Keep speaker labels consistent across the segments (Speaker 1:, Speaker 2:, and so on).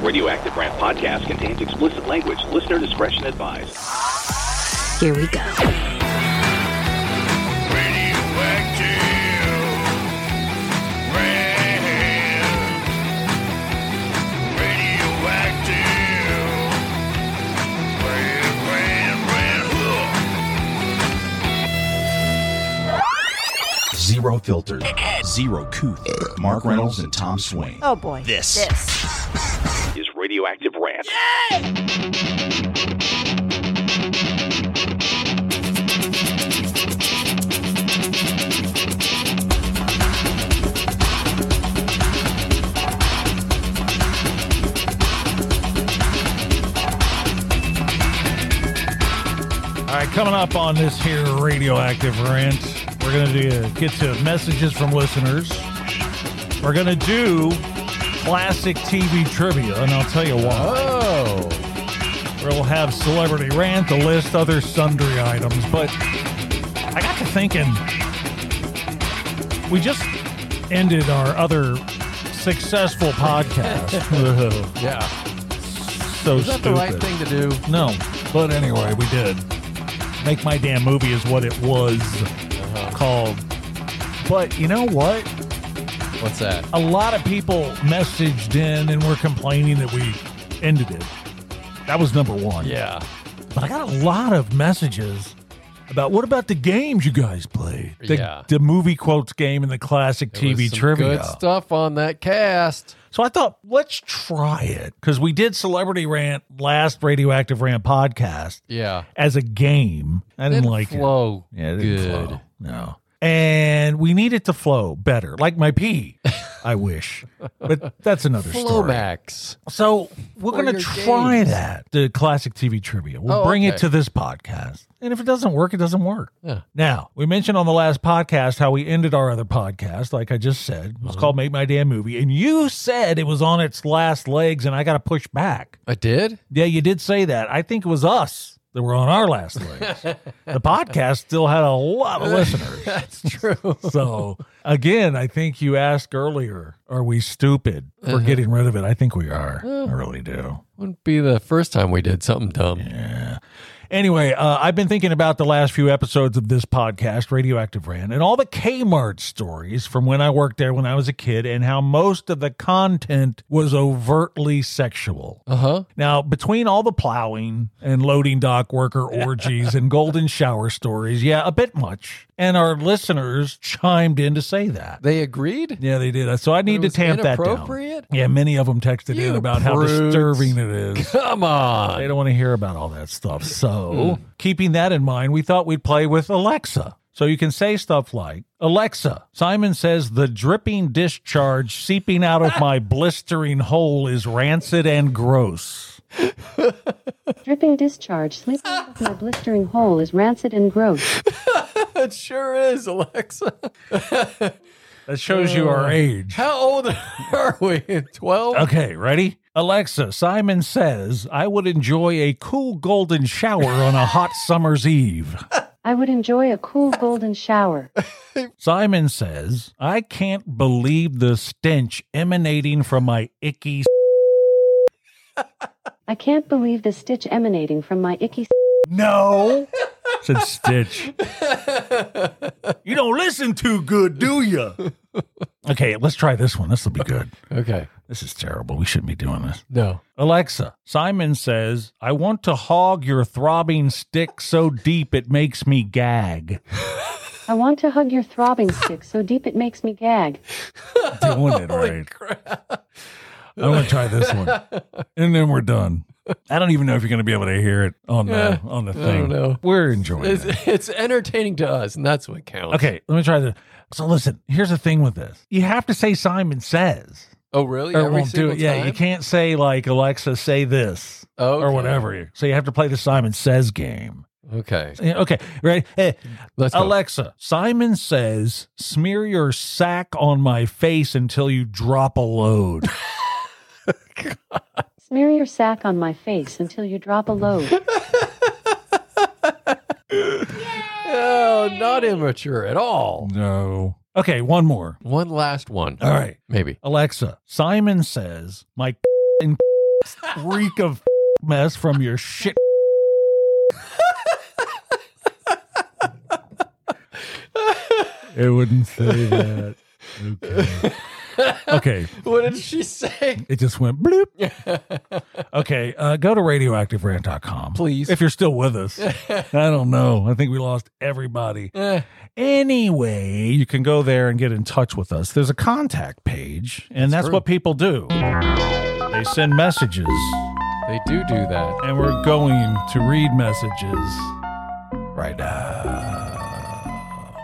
Speaker 1: Radioactive Rant podcast contains explicit language. Listener discretion advised.
Speaker 2: Here we go.
Speaker 3: Zero filter, zero couth. Mark Reynolds and Tom Swain.
Speaker 4: Oh boy.
Speaker 3: This.
Speaker 1: Is Radioactive Rant.
Speaker 5: All right, coming up on this here radioactive rant, we're going to do, get to messages from listeners. We're going to do classic TV trivia, and I'll tell you why.
Speaker 6: Oh,
Speaker 5: We'll have celebrity rant, the list, other sundry items. But I got to thinking, we just ended our other successful podcast.
Speaker 6: yeah.
Speaker 5: so
Speaker 6: Is that
Speaker 5: stupid.
Speaker 6: the right thing to do?
Speaker 5: No, but anyway, we did. Make My Damn Movie is what it was called. But you know what?
Speaker 6: What's that?
Speaker 5: A lot of people messaged in and were complaining that we ended it. That was number one.
Speaker 6: Yeah.
Speaker 5: But I got a lot of messages about what about the games you guys play? The,
Speaker 6: Yeah.
Speaker 5: the movie quotes game and the classic
Speaker 6: There was
Speaker 5: TV
Speaker 6: some
Speaker 5: trivia.
Speaker 6: Good stuff on that cast.
Speaker 5: So I thought, let's try it. Because we did Celebrity Rant last Radioactive Rant podcast
Speaker 6: Yeah.
Speaker 5: as a game. I didn't
Speaker 6: Didn't
Speaker 5: like it.
Speaker 6: flow
Speaker 5: Yeah, it didn't
Speaker 6: good.
Speaker 5: flow. No. And we need it to flow better, like my pee. I wish, but that's another story.
Speaker 6: Flomax.
Speaker 5: So we're
Speaker 6: For
Speaker 5: going to
Speaker 6: your
Speaker 5: try
Speaker 6: games.
Speaker 5: that the classic TV trivia. We'll
Speaker 6: Oh,
Speaker 5: bring it
Speaker 6: okay.
Speaker 5: to this podcast, and if it doesn't work, it doesn't work.
Speaker 6: Yeah.
Speaker 5: Now we mentioned on the last podcast how we ended our other podcast, like I just said, it was
Speaker 6: Uh-huh.
Speaker 5: called "Make My Damn Movie," and you said it was on its last legs, and I got to push back.
Speaker 6: I did?
Speaker 5: Yeah, you did say that. I think it was us that were on our last legs. the podcast still had a lot of listeners.
Speaker 6: That's true.
Speaker 5: So again, I think you asked earlier, are we stupid for getting rid of it? I think we are. I really do.
Speaker 6: Wouldn't be the first time we did something dumb.
Speaker 5: Anyway, uh, I've been thinking about the last few episodes of this podcast, Radioactive Rant, and all the Kmart stories from when I worked there when I was a kid, and how most of the content was overtly sexual.
Speaker 6: Uh huh.
Speaker 5: Now, between all the plowing and loading dock worker orgies and golden shower stories, yeah, a bit much. And our listeners chimed in to say that.
Speaker 6: They agreed?
Speaker 5: Yeah, they did. So I need to
Speaker 6: was
Speaker 5: tamp that down.
Speaker 6: inappropriate?
Speaker 5: Yeah, many of them texted in
Speaker 6: You
Speaker 5: about how
Speaker 6: prudes.
Speaker 5: disturbing it is.
Speaker 6: Come
Speaker 5: They
Speaker 6: on.
Speaker 5: don't want to hear about all that stuff. So, keeping that in mind, we thought we'd play with Alexa. So you can say stuff like, Alexa, Simon says the dripping discharge seeping out of my blistering hole is rancid and gross.
Speaker 7: Dripping discharge slipping out of my blistering hole is rancid and gross.
Speaker 6: It sure is, Alexa.
Speaker 5: That shows you our age.
Speaker 6: How old are we? 12?
Speaker 5: Okay, ready? Alexa, Simon says, I would enjoy a cool golden shower on a hot summer's eve.
Speaker 7: I would enjoy a cool golden shower.
Speaker 5: Simon says, I can't believe the stench emanating from my icky. s-"
Speaker 7: I can't believe the stitch emanating from my icky. s-
Speaker 5: No, said Stitch. you don't listen too good, do you? Okay, let's try this one. This will be good.
Speaker 6: Okay.
Speaker 5: This is terrible. We shouldn't be doing this.
Speaker 6: No.
Speaker 5: Alexa, Simon says, I want to hog your throbbing stick so deep it makes me gag.
Speaker 7: I want to hug your throbbing stick so deep it makes me gag.
Speaker 5: Doing it right. Oh I'm going to try this one. And then we're done. I don't even know if you're going to be able to hear it on the, on the thing.
Speaker 6: don't know.
Speaker 5: We're enjoying
Speaker 6: It's,
Speaker 5: it.
Speaker 6: it's entertaining to us, and that's what counts.
Speaker 5: Okay, let me try this. So listen, here's the thing with this. You have to say Simon says
Speaker 6: Oh, really?
Speaker 5: or it
Speaker 6: Every
Speaker 5: won't do
Speaker 6: single
Speaker 5: it. Yeah, you
Speaker 6: time?
Speaker 5: can't say like Alexa say this or
Speaker 6: Okay.
Speaker 5: whatever. So you have to play the Simon says game.
Speaker 6: Okay.
Speaker 5: Yeah, Okay, ready? Eh,
Speaker 6: Let's go.
Speaker 5: Alexa, Simon says, smear your sack on my face until you drop a load.
Speaker 7: Smear your sack on my face until you drop a load.
Speaker 6: Oh, not immature at all.
Speaker 5: no. Okay, one more.
Speaker 6: One last one.
Speaker 5: All right.
Speaker 6: Maybe.
Speaker 5: Alexa, Simon says, my and reek of mess from your shit. it wouldn't say that. Okay. okay.
Speaker 6: What did she say?
Speaker 5: It just went bloop. okay, uh, go to radioactiverant.com.
Speaker 6: Please.
Speaker 5: If you're still with us. I don't know. I think we lost everybody.
Speaker 6: Eh,
Speaker 5: Anyway, you can go there and get in touch with us. There's a contact page, and that's
Speaker 6: true.
Speaker 5: what people do. They send messages,
Speaker 6: They do do that.
Speaker 5: and we're going to read messages right now.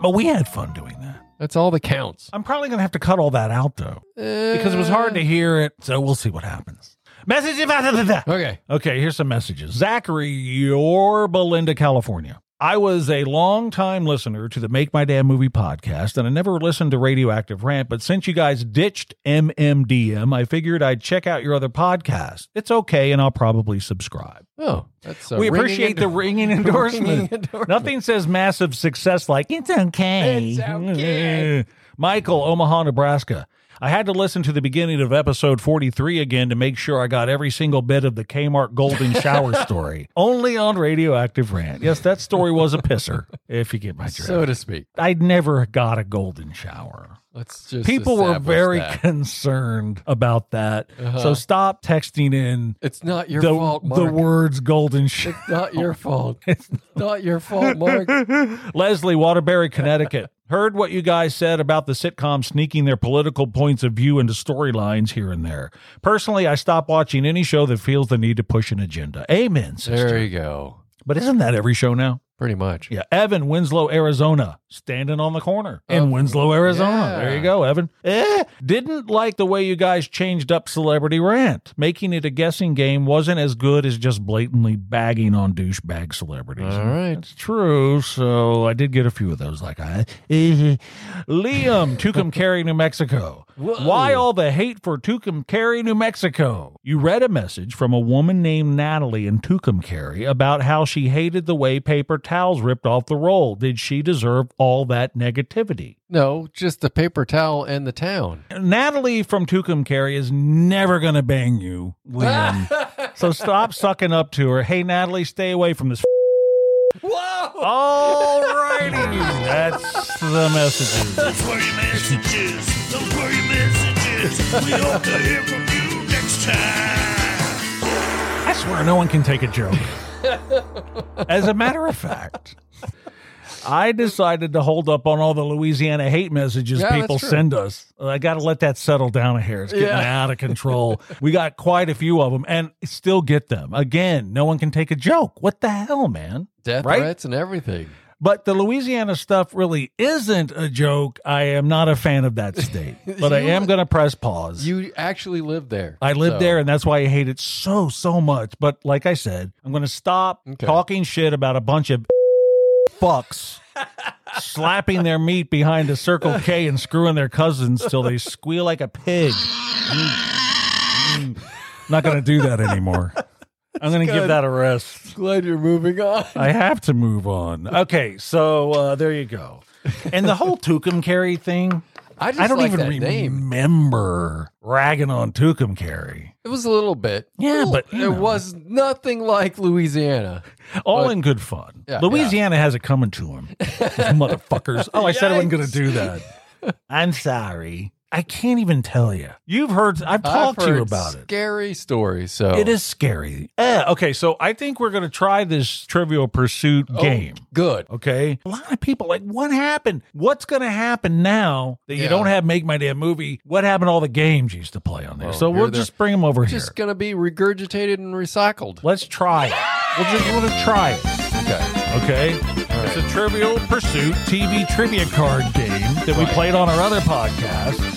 Speaker 5: But we had fun doing that.
Speaker 6: That's all that counts.
Speaker 5: I'm probably going to have to cut all that out, though, because it was hard to hear it. So we'll see what happens. Message about
Speaker 6: Okay.
Speaker 5: Okay, here's some messages. Zachary, you're Belinda, California. I was a longtime listener to the Make My Damn Movie podcast, and I never listened to Radioactive Rant, but since you guys ditched MMDM, I figured I'd check out your other podcast. It's okay, and I'll probably subscribe.
Speaker 6: Oh, that's a
Speaker 5: we
Speaker 6: ringing
Speaker 5: appreciate the
Speaker 6: endor-
Speaker 5: ringing endorsement.
Speaker 6: ringing endorsement.
Speaker 5: Nothing says massive success like it's okay.
Speaker 6: It's okay.
Speaker 5: Michael, Omaha, Nebraska. I had to listen to the beginning of episode 43 again to make sure I got every single bit of the Kmart Golden Shower story. Only on Radioactive Rant. Yes, that story was a pisser, if you get my drift.
Speaker 6: so to speak.
Speaker 5: I never got a golden shower.
Speaker 6: Let's just
Speaker 5: People were
Speaker 6: establish
Speaker 5: very
Speaker 6: that. Uh-huh.
Speaker 5: concerned about that. So stop texting in
Speaker 6: It's not your
Speaker 5: the,
Speaker 6: fault, Mark.
Speaker 5: the words golden shower.
Speaker 6: It's not your fault. It's not your fault, Mark.
Speaker 5: Leslie, Waterbury, Connecticut. Heard what you guys said about the sitcom sneaking their political points of view into storylines here and there. Personally, I stop watching any show that feels the need to push an agenda. Amen, sister.
Speaker 6: There you go.
Speaker 5: But isn't that every show now?
Speaker 6: Pretty much.
Speaker 5: Yeah. Evan, Winslow, Arizona. Standing on the corner in Winslow, Arizona.
Speaker 6: Oh, yeah.
Speaker 5: There you go, Evan. Eh, didn't like the way you guys changed up Celebrity Rant. Making it a guessing game wasn't as good as just blatantly bagging on douchebag celebrities.
Speaker 6: All right.
Speaker 5: It's true. So I did get a few of those. Like I, eh, Liam Tucumcari, New Mexico. Why all the hate for Tucumcari, New Mexico? You read a message from a woman named Natalie in Tucumcari about how she hated the way paper towels ripped off the roll. Did she deserve all that negativity?
Speaker 6: No, just the paper towel and the town.
Speaker 5: Natalie from Tucumcari is never gonna bang you, Liam. so stop sucking up to her. Hey, Natalie, stay away from this
Speaker 6: Whoa!
Speaker 5: All righty. That's the messages.
Speaker 4: Those were your messages. Those were your messages. We hope to hear from you next time.
Speaker 5: I swear no one can take a joke. As a matter of fact, I decided to hold up on all the Louisiana hate messages
Speaker 6: Yeah, that's
Speaker 5: people
Speaker 6: true.
Speaker 5: send us. I got to let that settle down a hair. It's getting
Speaker 6: Yeah.
Speaker 5: out of control. we got quite a few of them and still get them. Again, no one can take a joke. What the hell, man?
Speaker 6: Death
Speaker 5: Right?
Speaker 6: threats and everything.
Speaker 5: But the Louisiana stuff really isn't a joke. I am not a fan of that state, but I
Speaker 6: You-
Speaker 5: am going to press pause.
Speaker 6: You actually live there.
Speaker 5: I live
Speaker 6: so-
Speaker 5: there, and that's why I hate it so, so much. But like I said, I'm going to stop
Speaker 6: Okay.
Speaker 5: talking shit about a bunch of fucks slapping their meat behind a Circle K and screwing their cousins till they squeal like a pig. Mm. Mm. Not going to do that anymore. I'm going to give
Speaker 6: good.
Speaker 5: that a rest.
Speaker 6: Glad you're moving on.
Speaker 5: I have to move on. Okay, so uh, there you go. And the whole Tucumcari thing,
Speaker 6: I just
Speaker 5: I don't
Speaker 6: like
Speaker 5: even
Speaker 6: that name.
Speaker 5: remember ragging on Tucumcari.
Speaker 6: It was a little bit.
Speaker 5: Yeah,
Speaker 6: Ooh,
Speaker 5: but,
Speaker 6: it
Speaker 5: you know.
Speaker 6: was nothing like Louisiana.
Speaker 5: All in good fun.
Speaker 6: Yeah,
Speaker 5: Louisiana has it coming to him, motherfuckers. Oh, I said I wasn't going to do that. I'm sorry. I can't even tell you. You've heard. I've talked
Speaker 6: I've
Speaker 5: to you
Speaker 6: heard
Speaker 5: about it.
Speaker 6: Scary story. So
Speaker 5: It is scary. Eh, okay, so I think we're going to try this Trivial Pursuit
Speaker 6: Oh,
Speaker 5: game.
Speaker 6: good.
Speaker 5: Okay. A lot of people like, what happened? What's going to happen now that you
Speaker 6: Yeah.
Speaker 5: don't have Make My Damn Movie? What happened to all the games you used to play on there?
Speaker 6: Well,
Speaker 5: so
Speaker 6: Oh, here
Speaker 5: we'll
Speaker 6: they're-
Speaker 5: just bring them over here.
Speaker 6: Just gonna be regurgitated and recycled.
Speaker 5: Let's try it. We'll just want to try it.
Speaker 6: Okay.
Speaker 5: Okay. It's a Trivial Pursuit TV trivia card game that we played on our other podcast.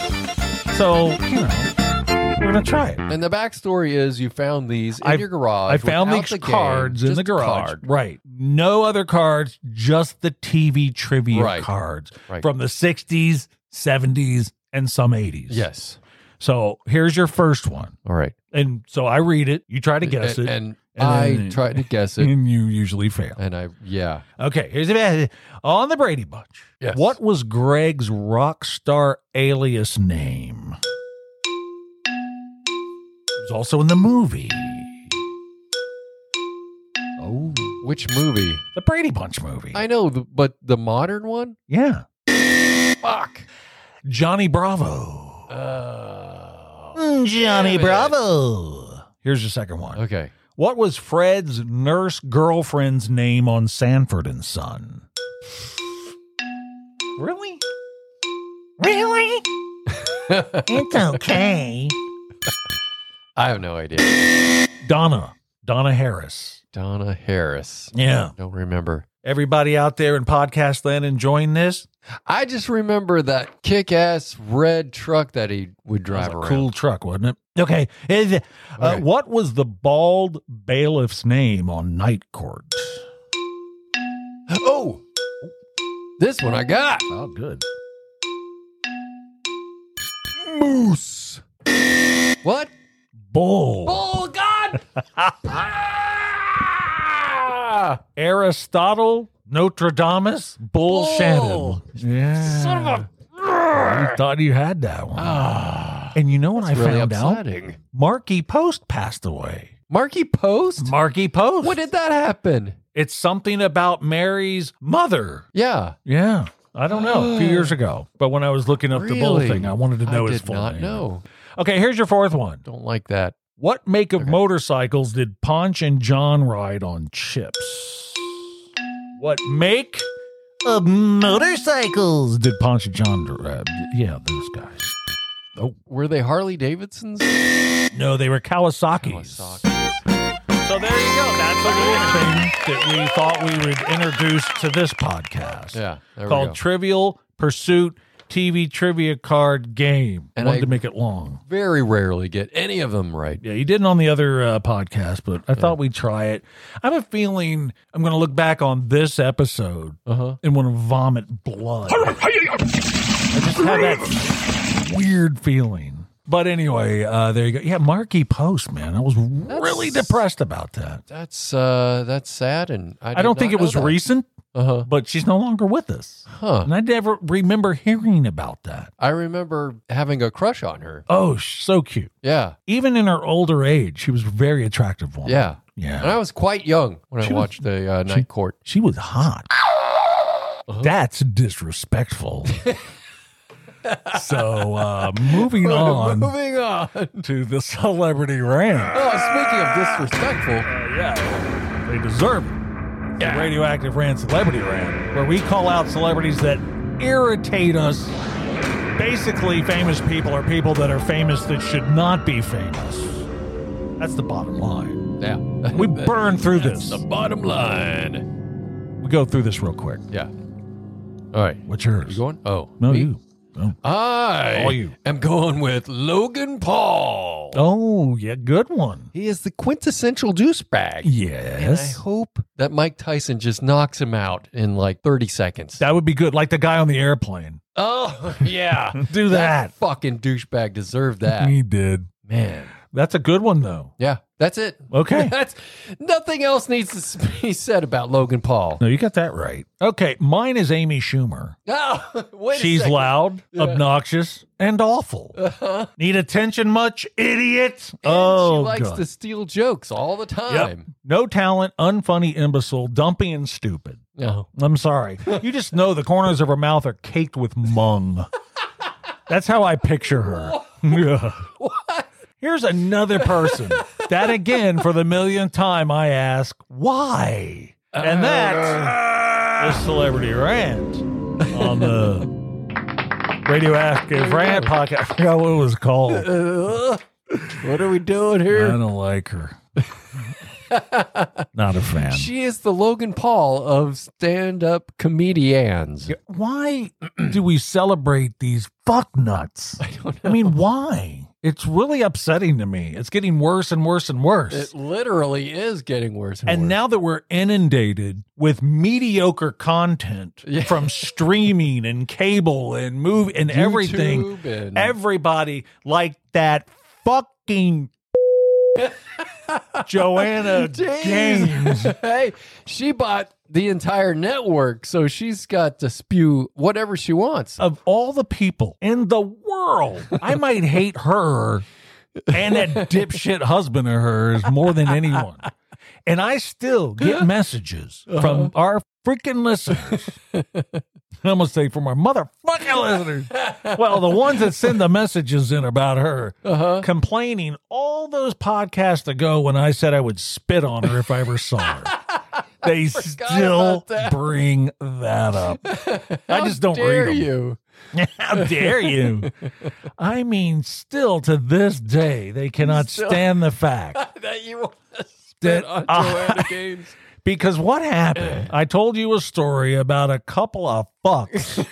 Speaker 5: So, you know, we're going to try it.
Speaker 6: And the backstory is you found these in
Speaker 5: I've-
Speaker 6: your garage.
Speaker 5: I found
Speaker 6: without
Speaker 5: these
Speaker 6: the game,
Speaker 5: cards in
Speaker 6: just
Speaker 5: the garage.
Speaker 6: card.
Speaker 5: Right. No other cards, just the TV trivia
Speaker 6: Right.
Speaker 5: cards
Speaker 6: Right.
Speaker 5: from the 60s, 70s, and some 80s.
Speaker 6: Yes.
Speaker 5: So here's your first one.
Speaker 6: All right.
Speaker 5: And so I read it, you try to guess
Speaker 6: and,
Speaker 5: it,
Speaker 6: And,
Speaker 5: and
Speaker 6: I
Speaker 5: then-
Speaker 6: tried to guess it,
Speaker 5: and you usually fail.
Speaker 6: and I yeah.
Speaker 5: Okay, here's the on the Brady Bunch.
Speaker 6: Yes.
Speaker 5: What was Greg's rock star alias name? It's also in the movie. Oh,
Speaker 6: Which movie?
Speaker 5: the Brady Bunch movie.
Speaker 6: I know, th- but the modern one?
Speaker 5: yeah.
Speaker 6: Fuck.
Speaker 5: Johnny Bravo.
Speaker 6: Uh, Johnny
Speaker 5: Mm, Bravo. Here's your second one.
Speaker 6: Okay.
Speaker 5: What was Fred's nurse girlfriend's name on Sanford and Son? Really? Really? it's okay.
Speaker 6: I have no idea.
Speaker 5: Donna. Donna Harris.
Speaker 6: Donna Harris.
Speaker 5: Yeah.
Speaker 6: Don't remember.
Speaker 5: Everybody out there in podcast land enjoying this?
Speaker 6: I just remember that kick ass red truck that he would drive
Speaker 5: That
Speaker 6: around.
Speaker 5: was a cool truck, wasn't it? Okay. Is- uh,
Speaker 6: Okay.
Speaker 5: What was the bald bailiff's name on Night Court?
Speaker 6: Oh, this one I got.
Speaker 5: Oh, good.
Speaker 6: Moose. What?
Speaker 5: Bull.
Speaker 6: Oh, God. Ah!
Speaker 5: Aristotle, Nostradamus, Bull,
Speaker 6: Bull.
Speaker 5: Shannon. Yeah.
Speaker 6: Son of
Speaker 5: You thought you had that one.
Speaker 6: a.
Speaker 5: and you know what I
Speaker 6: really
Speaker 5: found
Speaker 6: upsetting.
Speaker 5: out? Marky Post passed away.
Speaker 6: Marky Post?
Speaker 5: Marky Post.
Speaker 6: When did that happen?
Speaker 5: it's something about Mary's mother.
Speaker 6: Yeah. Uh,
Speaker 5: Yeah. I don't know. A few years ago. But when I was looking up the bull
Speaker 6: Really?
Speaker 5: thing, I wanted to know
Speaker 6: I
Speaker 5: his
Speaker 6: did
Speaker 5: full
Speaker 6: not
Speaker 5: name.
Speaker 6: know.
Speaker 5: Okay, here's your fourth one.
Speaker 6: Don't like that.
Speaker 5: What make of motorcycles did Ponch and John ride on chips? What make of motorcycles did Ponch and John ride? Yeah, those guys.
Speaker 6: Were they Harley Davidson's?
Speaker 5: No, they were Kawasaki's. So there you go. That's a little thing that we thought we would introduce to this podcast.
Speaker 6: Yeah. There we go.
Speaker 5: Called Trivial Pursuit TV Trivia Card Game. I
Speaker 6: And
Speaker 5: wanted
Speaker 6: I-
Speaker 5: to make it long.
Speaker 6: Very rarely get any of them right.
Speaker 5: Yeah, you didn't on the other uh, podcast, but I thought we'd try it. I have a feeling I'm going to look back on this episode
Speaker 6: Uh huh.
Speaker 5: and want to vomit blood. I just have that weird feeling. But anyway, uh, there you go. Yeah, Marky Post, man. I was really depressed about that.
Speaker 6: That's uh that's sad and I,
Speaker 5: I don't think it was recent,
Speaker 6: Uh-huh.
Speaker 5: but she's no longer with us.
Speaker 6: Huh.
Speaker 5: And I never remember hearing about that.
Speaker 6: I remember having a crush on her.
Speaker 5: Oh, sh- so cute.
Speaker 6: Yeah.
Speaker 5: Even in her older age, she was a very attractive woman.
Speaker 6: Yeah.
Speaker 5: Yeah.
Speaker 6: And I was quite young when I
Speaker 5: She was-
Speaker 6: watched the uh, night court.
Speaker 5: She was hot.
Speaker 6: Uh-huh.
Speaker 5: That's disrespectful. so, uh, moving on
Speaker 6: Moving on.
Speaker 5: to the celebrity rant.
Speaker 6: Oh, speaking of disrespectful,
Speaker 5: They deserve it. The radioactive rant, celebrity rant, where we call out celebrities that irritate us. Basically, famous people are people that are famous that should not be famous. That's the bottom line.
Speaker 6: yeah.
Speaker 5: We burn through this.
Speaker 6: bottom line.
Speaker 5: We go through this real quick.
Speaker 6: Yeah. All right.
Speaker 5: What's yours?
Speaker 6: You going? Oh.
Speaker 5: no,
Speaker 6: me?
Speaker 5: you. Oh.
Speaker 6: I
Speaker 5: All you.
Speaker 6: am going with Logan Paul.
Speaker 5: oh, yeah, good one.
Speaker 6: He is the quintessential douchebag. And I
Speaker 5: Yes.
Speaker 6: hope that Mike Tyson just knocks him out in like 30 seconds.
Speaker 5: That would be good. Like the guy on the airplane.
Speaker 6: oh, yeah.
Speaker 5: Do that.
Speaker 6: fucking douchebag deserved that.
Speaker 5: He did.
Speaker 6: Man.
Speaker 5: That's a good one, though.
Speaker 6: Yeah, that's it.
Speaker 5: Okay.
Speaker 6: that's nothing else needs to be said about Logan Paul.
Speaker 5: No, you got that right. Okay, mine is Amy Schumer.
Speaker 6: Oh, wait a
Speaker 5: She's
Speaker 6: second. Uh-huh.
Speaker 5: loud, obnoxious, and awful. Need attention much, idiot? oh,
Speaker 6: she likes
Speaker 5: God.
Speaker 6: to steal jokes all the
Speaker 5: Yep.
Speaker 6: time.
Speaker 5: No talent, unfunny imbecile, dumpy and stupid.
Speaker 6: No.
Speaker 5: I'm sorry. You just know the corners of her mouth are caked with mung. That's how I picture her. Yeah. Here's another person. That again, for the millionth time, I ask, why? And that's the celebrity rant on the radioactive rant podcast. I forgot what it was called.
Speaker 6: What are we doing
Speaker 5: I
Speaker 6: here?
Speaker 5: don't like her. Not a fan.
Speaker 6: She is the Logan Paul of stand-up comedians.
Speaker 5: why do we celebrate these fuck nuts? I don't know. I mean, why? It's really upsetting to me. It's getting worse and worse and worse.
Speaker 6: It literally is getting worse and,
Speaker 5: and
Speaker 6: worse.
Speaker 5: now that we're inundated with mediocre content
Speaker 6: Yeah.
Speaker 5: from streaming and cable and movie and everything,
Speaker 6: YouTube and-
Speaker 5: everybody like that fucking Joanna
Speaker 6: Jeez.
Speaker 5: Gaines.
Speaker 6: hey, she bought the entire network, so she's got to spew whatever she wants.
Speaker 5: Of all the people in the world, I might hate her and that dipshit husband of hers more than anyone. And I still get messages
Speaker 6: Uh-huh.
Speaker 5: from our freaking listeners. I'm gonna say from our motherfucking listeners. Well, the ones that send the messages in about her
Speaker 6: Uh-huh.
Speaker 5: complaining all those podcasts ago when I said I would spit on her if I ever saw her. They still
Speaker 6: about that.
Speaker 5: bring that up. I just don't
Speaker 6: dare
Speaker 5: read them.
Speaker 6: you?
Speaker 5: How dare you? I mean, still to this day, they cannot
Speaker 6: Still-
Speaker 5: stand the fact
Speaker 6: That you want to
Speaker 5: That ah.
Speaker 6: spit on
Speaker 5: I-
Speaker 6: Joanna Gaines.
Speaker 5: because what happened? I told you a story about a couple of fucks,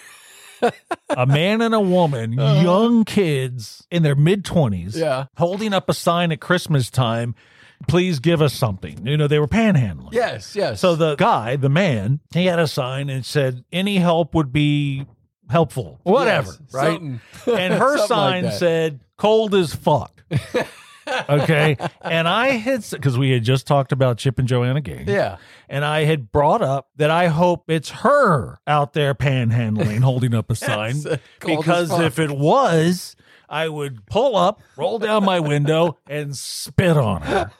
Speaker 5: a man and a woman, young kids in their mid 20s,
Speaker 6: Uh-huh. Yeah.
Speaker 5: holding up a sign at Christmas time, please give us something. You know, they were panhandling.
Speaker 6: Yes, yes.
Speaker 5: So the guy, the man, he had a sign and said, any help would be helpful, whatever,
Speaker 6: Yes,
Speaker 5: right?
Speaker 6: something.
Speaker 5: and her
Speaker 6: Something like
Speaker 5: sign
Speaker 6: that.
Speaker 5: said cold as fuck okay and i had because we had just talked about chip and joanna gaines
Speaker 6: Yeah.
Speaker 5: and i had brought up that i hope it's her out there panhandling holding up a sign
Speaker 6: uh, cold as
Speaker 5: because
Speaker 6: fuck.
Speaker 5: if it was i would pull up roll down my window and spit on her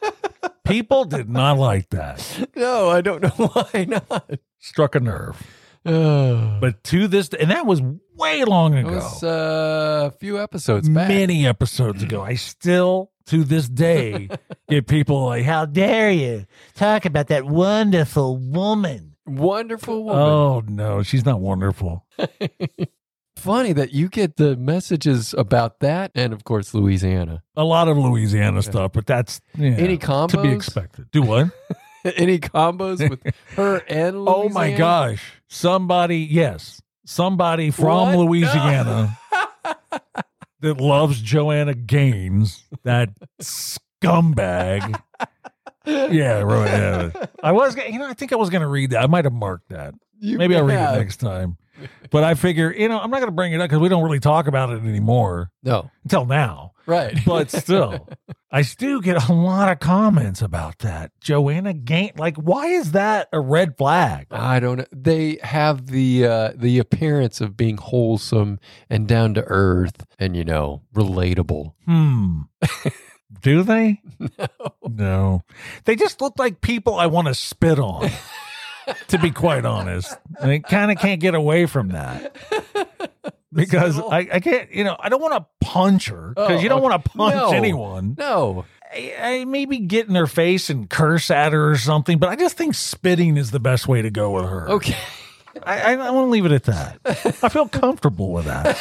Speaker 5: people did not like that
Speaker 6: No, I don't know why not.
Speaker 5: struck a nerve
Speaker 6: Uh,
Speaker 5: but to this and that was way long
Speaker 6: it
Speaker 5: ago
Speaker 6: was uh, a few episodes back.
Speaker 5: many episodes ago. I still, to this day, get people like, "How dare you talk about that wonderful woman?"
Speaker 6: Wonderful woman.
Speaker 5: Oh no, she's not wonderful.
Speaker 6: Funny that you get the messages about that, and of course Louisiana.
Speaker 5: A lot of Louisiana stuff, but that's yeah,
Speaker 6: Any
Speaker 5: to be
Speaker 6: combos?
Speaker 5: expected. Do what?
Speaker 6: Any combos with her and Louisiana?
Speaker 5: Oh my gosh! Somebody, yes, somebody from
Speaker 6: What? No.
Speaker 5: Louisiana that loves Joanna Gaines, that scumbag. yeah, right. yeah. I was, gonna- you know, I think I was going to read that. I might have marked that.
Speaker 6: You
Speaker 5: Maybe I'll read
Speaker 6: have-
Speaker 5: it next time. But I figure, you know, I'm not going to bring it up because we don't really talk about it anymore
Speaker 6: No,
Speaker 5: until now.
Speaker 6: right?
Speaker 5: But still, I still get a lot of comments about that. Joanna Gain, like, why is that a red flag?
Speaker 6: I don't know. They have the uh, the appearance of being wholesome and down to earth, and you know, relatable.
Speaker 5: Hmm. Do they? No. They just look like people I want to spit on, to be quite honest. And I kind of can't get away from that. Because I, I can't, you know, I don't want to punch her because
Speaker 6: Oh,
Speaker 5: you don't want to punch
Speaker 6: No.
Speaker 5: anyone.
Speaker 6: No,
Speaker 5: I, I maybe get in her face and curse at her or something, but I just think spitting is the best way to go with her.
Speaker 6: okay.
Speaker 5: I, I, I want to leave it at that. I feel comfortable with that.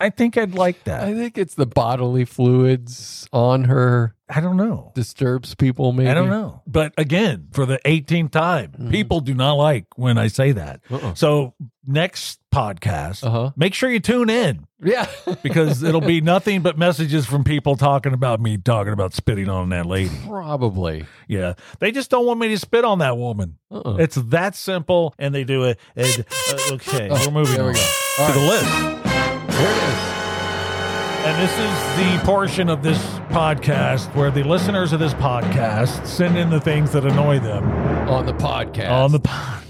Speaker 5: I think I'd like
Speaker 6: I
Speaker 5: that.
Speaker 6: think it's the bodily fluids on her
Speaker 5: I don't know.
Speaker 6: disturbs people. Maybe
Speaker 5: I don't know. Mm-hmm. But again, for the 18th time, people do not like when I say that.
Speaker 6: Mm-hmm. Uh-uh.
Speaker 5: So, next podcast,
Speaker 6: Uh-huh.
Speaker 5: make sure you tune in
Speaker 6: Yeah,
Speaker 5: because it'll be nothing but messages from people talking about me talking about spitting on that lady.
Speaker 6: probably.
Speaker 5: Yeah. They just don't want me to spit on that woman.
Speaker 6: Uh-uh.
Speaker 5: It's that simple. And they do it. And, uh, okay.
Speaker 6: Oh,
Speaker 5: we're moving
Speaker 6: there we
Speaker 5: on
Speaker 6: go.
Speaker 5: to
Speaker 6: All
Speaker 5: the list.
Speaker 6: Here it is.
Speaker 5: And this is the portion of this podcast where the listeners of this podcast send in the things that annoy them
Speaker 6: on the podcast.
Speaker 5: on the podcast.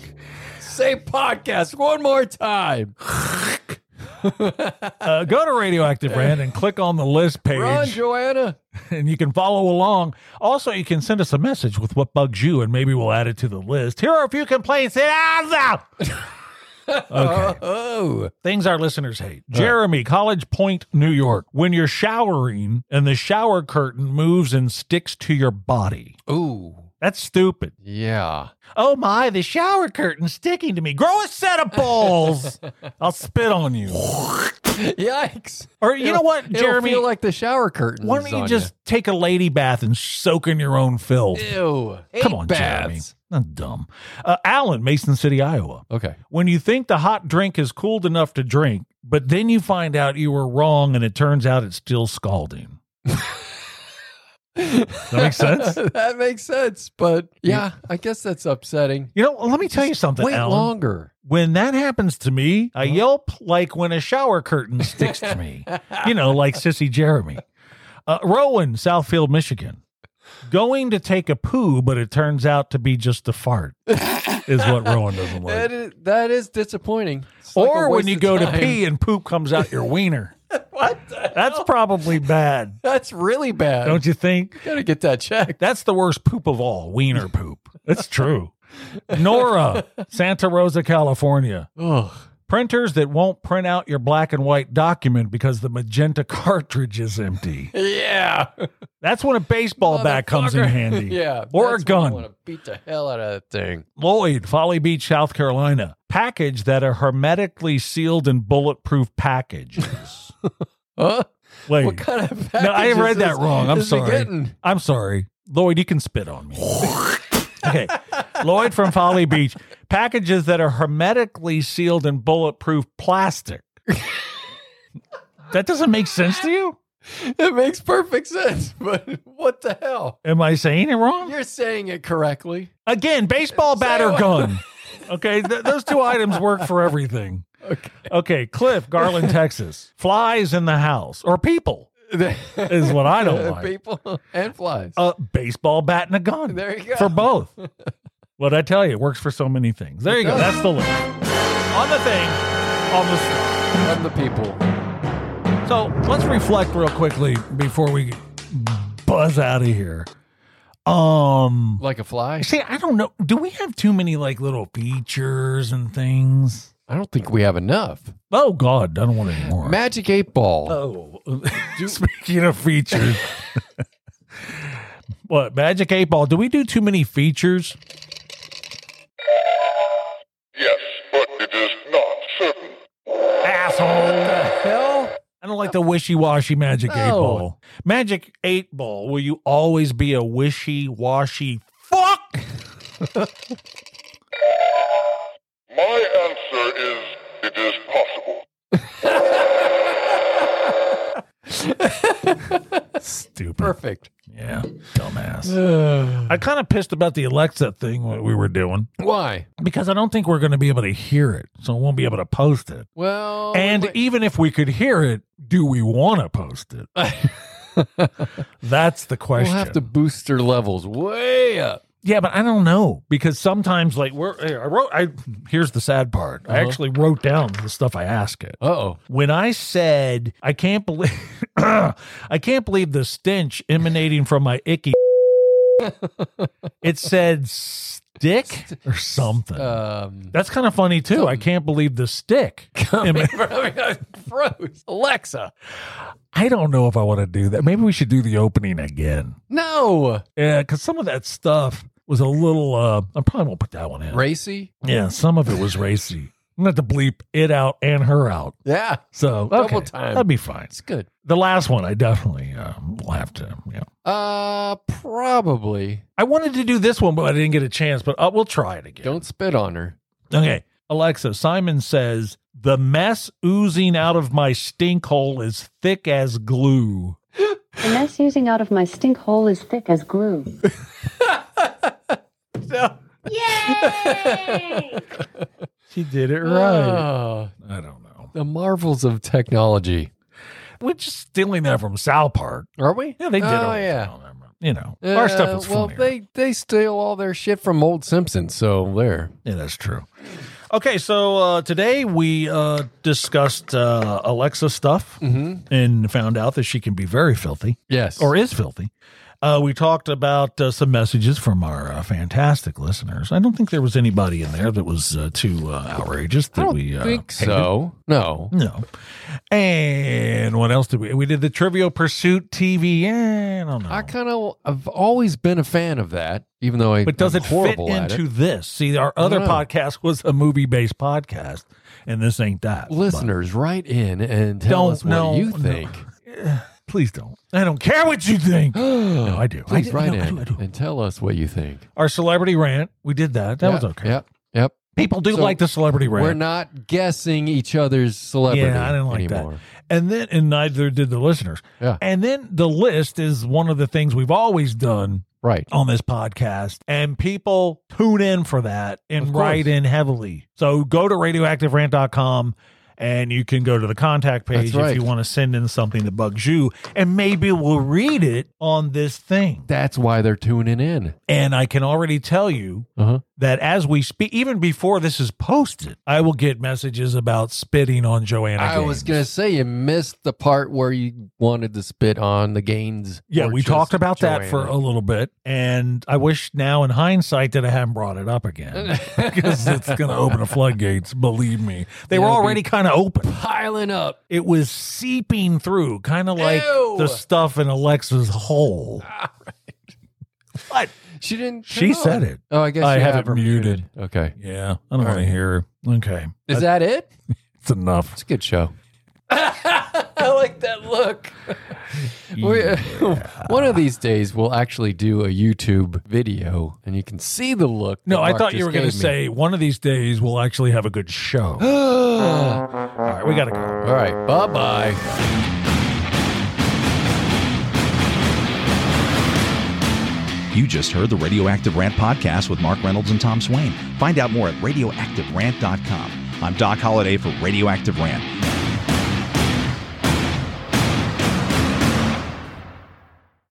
Speaker 6: Say podcast one more time.
Speaker 5: uh, go to Radioactive Rant and click on the list page,
Speaker 6: Run, Joanna.
Speaker 5: and you can follow along. Also, you can send us a message with what bugs you, and maybe we'll add it to the list. Here are a few complaints. that I found. okay.
Speaker 6: Oh,
Speaker 5: Things our listeners hate. Jeremy, College Point, New York. When you're showering and the shower curtain moves and sticks to your body.
Speaker 6: ooh,
Speaker 5: That's stupid.
Speaker 6: yeah.
Speaker 5: Oh my, the shower curtain's sticking to me. Grow a set of balls. I'll spit on you.
Speaker 6: Yikes!
Speaker 5: Or you know
Speaker 6: It'll-
Speaker 5: what,
Speaker 6: it'll
Speaker 5: Jeremy?
Speaker 6: feel like the shower curtain.
Speaker 5: Why don't you just take a lady bath and soak in your own filth?
Speaker 6: ew?
Speaker 5: Come
Speaker 6: eight
Speaker 5: on, Jeremy.
Speaker 6: baths.
Speaker 5: Not dumb. Uh, Alan, Mason City, Iowa.
Speaker 6: Okay.
Speaker 5: When you think the hot drink is cooled enough to drink, but then you find out you were wrong and it turns out it's still scalding. that makes sense?
Speaker 6: that makes sense, but yeah, I guess that's upsetting.
Speaker 5: You know, let me tell you something,
Speaker 6: Wait
Speaker 5: Alan.
Speaker 6: longer.
Speaker 5: When that happens to me,
Speaker 6: Uh-huh.
Speaker 5: I yelp like when a shower curtain sticks to me. you know, like Sissy Jeremy. Uh, Rowan, Southfield, Michigan. Going to take a poo, but it turns out to be just a fart, is what Rowan doesn't like.
Speaker 6: That is, that is disappointing. It's like a
Speaker 5: Or when
Speaker 6: waste
Speaker 5: you
Speaker 6: of
Speaker 5: go to
Speaker 6: time.
Speaker 5: pee and poop comes out your wiener.
Speaker 6: What? the-
Speaker 5: That's probably bad.
Speaker 6: That's really bad.
Speaker 5: Don't you think?
Speaker 6: gotta get that checked.
Speaker 5: That's the worst poop of all, wiener poop. That's true. Nora, Santa Rosa, California.
Speaker 6: Ugh.
Speaker 5: Printers that won't print out your black and white document because the magenta cartridge is empty.
Speaker 6: Yeah.
Speaker 5: That's when a baseball bat comes in
Speaker 6: Motherfucker.
Speaker 5: handy.
Speaker 6: yeah.
Speaker 5: Or a
Speaker 6: that's when I
Speaker 5: gun.
Speaker 6: wanna beat the hell out of that thing.
Speaker 5: Lloyd, Folly Beach, South Carolina. Package that are hermetically sealed in bulletproof packages.
Speaker 6: Huh?
Speaker 5: Wait.
Speaker 6: What kind of
Speaker 5: no, I
Speaker 6: packages
Speaker 5: read that
Speaker 6: is-
Speaker 5: wrong. I'm
Speaker 6: is he
Speaker 5: sorry.
Speaker 6: getting?
Speaker 5: I'm sorry. Lloyd, you can spit on me. okay. Lloyd from Folly Beach. Packages that are hermetically sealed in bulletproof plastic. that doesn't make sense to you?
Speaker 6: It makes perfect sense, but what the hell?
Speaker 5: Am I saying it wrong?
Speaker 6: You're saying it correctly.
Speaker 5: Again, baseball bat
Speaker 6: Say
Speaker 5: or
Speaker 6: what-
Speaker 5: gun. Okay, th- those two items work for everything.
Speaker 6: Okay.
Speaker 5: Okay, Cliff, Garland, Texas. Flies in the house or people is what I don't like. Uh,
Speaker 6: People and flies.
Speaker 5: A baseball bat and a gun.
Speaker 6: There you go.
Speaker 5: For both. what I tell you, it works for so many things. There you go. That's the list. On the thing, on the.
Speaker 6: From the people.
Speaker 5: So let's reflect real quickly before we buzz out of here. Um,
Speaker 6: Like a fly?
Speaker 5: see, I don't know. Do we have too many like little features and things?
Speaker 6: I don't think we have enough.
Speaker 5: Oh God, I don't want any more.
Speaker 6: Magic eight ball.
Speaker 5: Oh, speaking of features, what Magic Eight Ball? Do we do too many features?
Speaker 8: Yes, but it is not certain.
Speaker 5: Asshole!
Speaker 6: hell?
Speaker 5: I don't like the wishy-washy Magic Eight
Speaker 6: No.
Speaker 5: Ball. Magic Eight Ball. Will you always be a wishy-washy fuck?
Speaker 8: My answer is it is possible.
Speaker 5: Stupid.
Speaker 6: Perfect.
Speaker 5: Yeah, dumbass. I kind of pissed about the Alexa thing what we were doing
Speaker 6: Why?
Speaker 5: because I don't think we're going to be able to hear it, so we won't be able to post it.
Speaker 6: Well,
Speaker 5: and
Speaker 6: wait.
Speaker 5: even if we could hear it, do we want to post it? That's the
Speaker 6: we'll
Speaker 5: question.
Speaker 6: have to boost their levels way up.
Speaker 5: yeah, but I don't know because sometimes, like, we're I wrote. I here's the sad part. I
Speaker 6: Uh-huh.
Speaker 5: actually wrote down the stuff I ask it.
Speaker 6: Uh oh.
Speaker 5: when I said I can't believe I can't believe the stench emanating from my icky it said stick or something.
Speaker 6: Um,
Speaker 5: That's kind of funny too. I can't believe the stick. Emi-
Speaker 6: froze. Alexa.
Speaker 5: I don't know if I want to do that. Maybe we should do the opening again.
Speaker 6: No.
Speaker 5: Yeah, because some of that stuff was a little. Uh, I probably won't put that one in.
Speaker 6: Racy.
Speaker 5: Yeah, some of it was racy. I'm gonna have to bleep it out and her out.
Speaker 6: Yeah.
Speaker 5: So
Speaker 6: Double
Speaker 5: okay,
Speaker 6: time.
Speaker 5: that'd be fine.
Speaker 6: It's good.
Speaker 5: The last one, I definitely uh, will have to. Yeah.
Speaker 6: Uh, probably.
Speaker 5: I wanted to do this one, but I didn't get a chance. But uh, we'll try it again.
Speaker 6: Don't spit on her.
Speaker 5: Okay, Alexa. Simon says the mess oozing out of my stink hole is thick as glue.
Speaker 7: The mess using out of my stink hole is thick as glue.
Speaker 5: She did it
Speaker 6: Oh,
Speaker 5: I don't know.
Speaker 6: the marvels of technology.
Speaker 5: We're just stealing that from South Park.
Speaker 6: Are we?
Speaker 5: Yeah, they did.
Speaker 6: Oh,
Speaker 5: all the
Speaker 6: yeah.
Speaker 5: time. You know, our stuff was
Speaker 6: Uh, well,
Speaker 5: funnier.
Speaker 6: they they steal all their shit from old Simpsons, so there.
Speaker 5: yeah, that's true. Okay, so uh, today we uh, discussed uh, Alexa stuff
Speaker 6: Mm-hmm.
Speaker 5: and found out that she can be very filthy.
Speaker 6: Yes.
Speaker 5: or is filthy. Uh, we talked about uh, some messages from our uh, fantastic listeners. I don't think there was anybody in there that was uh, too uh, outrageous that
Speaker 6: I don't
Speaker 5: we uh,
Speaker 6: think
Speaker 5: hated.
Speaker 6: so. No.
Speaker 5: No. And what else did we? We did the Trivial Pursuit TV. Yeah, I don't know.
Speaker 6: I kind of I've always been a fan of that, even though I
Speaker 5: but does
Speaker 6: I'm
Speaker 5: it fit
Speaker 6: horrible at
Speaker 5: into
Speaker 6: it.
Speaker 5: this? See, our other
Speaker 6: don't know.
Speaker 5: podcast was a movie based podcast, and this ain't that. But
Speaker 6: listeners? Write in and tell
Speaker 5: Don't-
Speaker 6: us what
Speaker 5: no,
Speaker 6: you
Speaker 5: no.
Speaker 6: think.
Speaker 5: please don't. I don't care what you think. no, I do. I
Speaker 6: Please
Speaker 5: do.
Speaker 6: write
Speaker 5: No, I
Speaker 6: in
Speaker 5: do, I do.
Speaker 6: and tell us what you think.
Speaker 5: Our celebrity rant. We did that. That
Speaker 6: Yep,
Speaker 5: was okay.
Speaker 6: Yep. Yep.
Speaker 5: People do
Speaker 6: So,
Speaker 5: like the celebrity rant.
Speaker 6: We're not guessing each other's celebrity
Speaker 5: Yeah, I didn't like
Speaker 6: anymore.
Speaker 5: that. And then, and neither did the listeners.
Speaker 6: Yeah.
Speaker 5: And then the list is one of the things we've always done
Speaker 6: Right.
Speaker 5: on this podcast, and people tune in for that
Speaker 6: Of
Speaker 5: and
Speaker 6: course.
Speaker 5: write in heavily. So go to radioactiverant.com and you can go to the contact page
Speaker 6: That's right.
Speaker 5: if you want to send in something that bugs you, and maybe we'll read it on this thing.
Speaker 6: That's why they're tuning in.
Speaker 5: And I can already tell you
Speaker 6: Uh huh.
Speaker 5: that as we speak, even before this is posted, I will get messages about spitting on Joanna.
Speaker 6: I was
Speaker 5: Gaines.
Speaker 6: gonna say you missed the part where you wanted to spit on the gains.
Speaker 5: Yeah,
Speaker 6: or
Speaker 5: we
Speaker 6: just
Speaker 5: talked about that for a
Speaker 6: Joanna.
Speaker 5: little bit, and I wish now in hindsight that I haven't brought it up again because it's going to open the floodgates. Believe me, they were
Speaker 6: It'll be-
Speaker 5: already kind of open.
Speaker 6: piling up.
Speaker 5: It was seeping through, kind of like
Speaker 6: Ew.
Speaker 5: the stuff in Alexa's hole. What?
Speaker 6: She didn't.
Speaker 5: She
Speaker 6: turn
Speaker 5: said
Speaker 6: on.
Speaker 5: it.
Speaker 6: Oh, I guess
Speaker 5: I
Speaker 6: you
Speaker 5: have it
Speaker 6: her
Speaker 5: muted.
Speaker 6: Okay,
Speaker 5: Yeah, I don't want
Speaker 6: right.
Speaker 5: to hear. her. Okay,
Speaker 6: is that it?
Speaker 5: that's enough.
Speaker 6: It's a good show. I like that look. We- one of these days, we'll actually do a YouTube video, and you can see the look.
Speaker 5: No,
Speaker 6: that
Speaker 5: I
Speaker 6: Mark
Speaker 5: thought you
Speaker 6: just
Speaker 5: were going to
Speaker 6: gave me.
Speaker 5: say one of these days we'll actually have a good show. All right, we got to go.
Speaker 6: All right, bye bye.
Speaker 3: You just heard the Radioactive Rant podcast with Mark Reynolds and Tom Swain. Find out more at radioactiverant.com. I'm Doc Holliday for Radioactive Rant.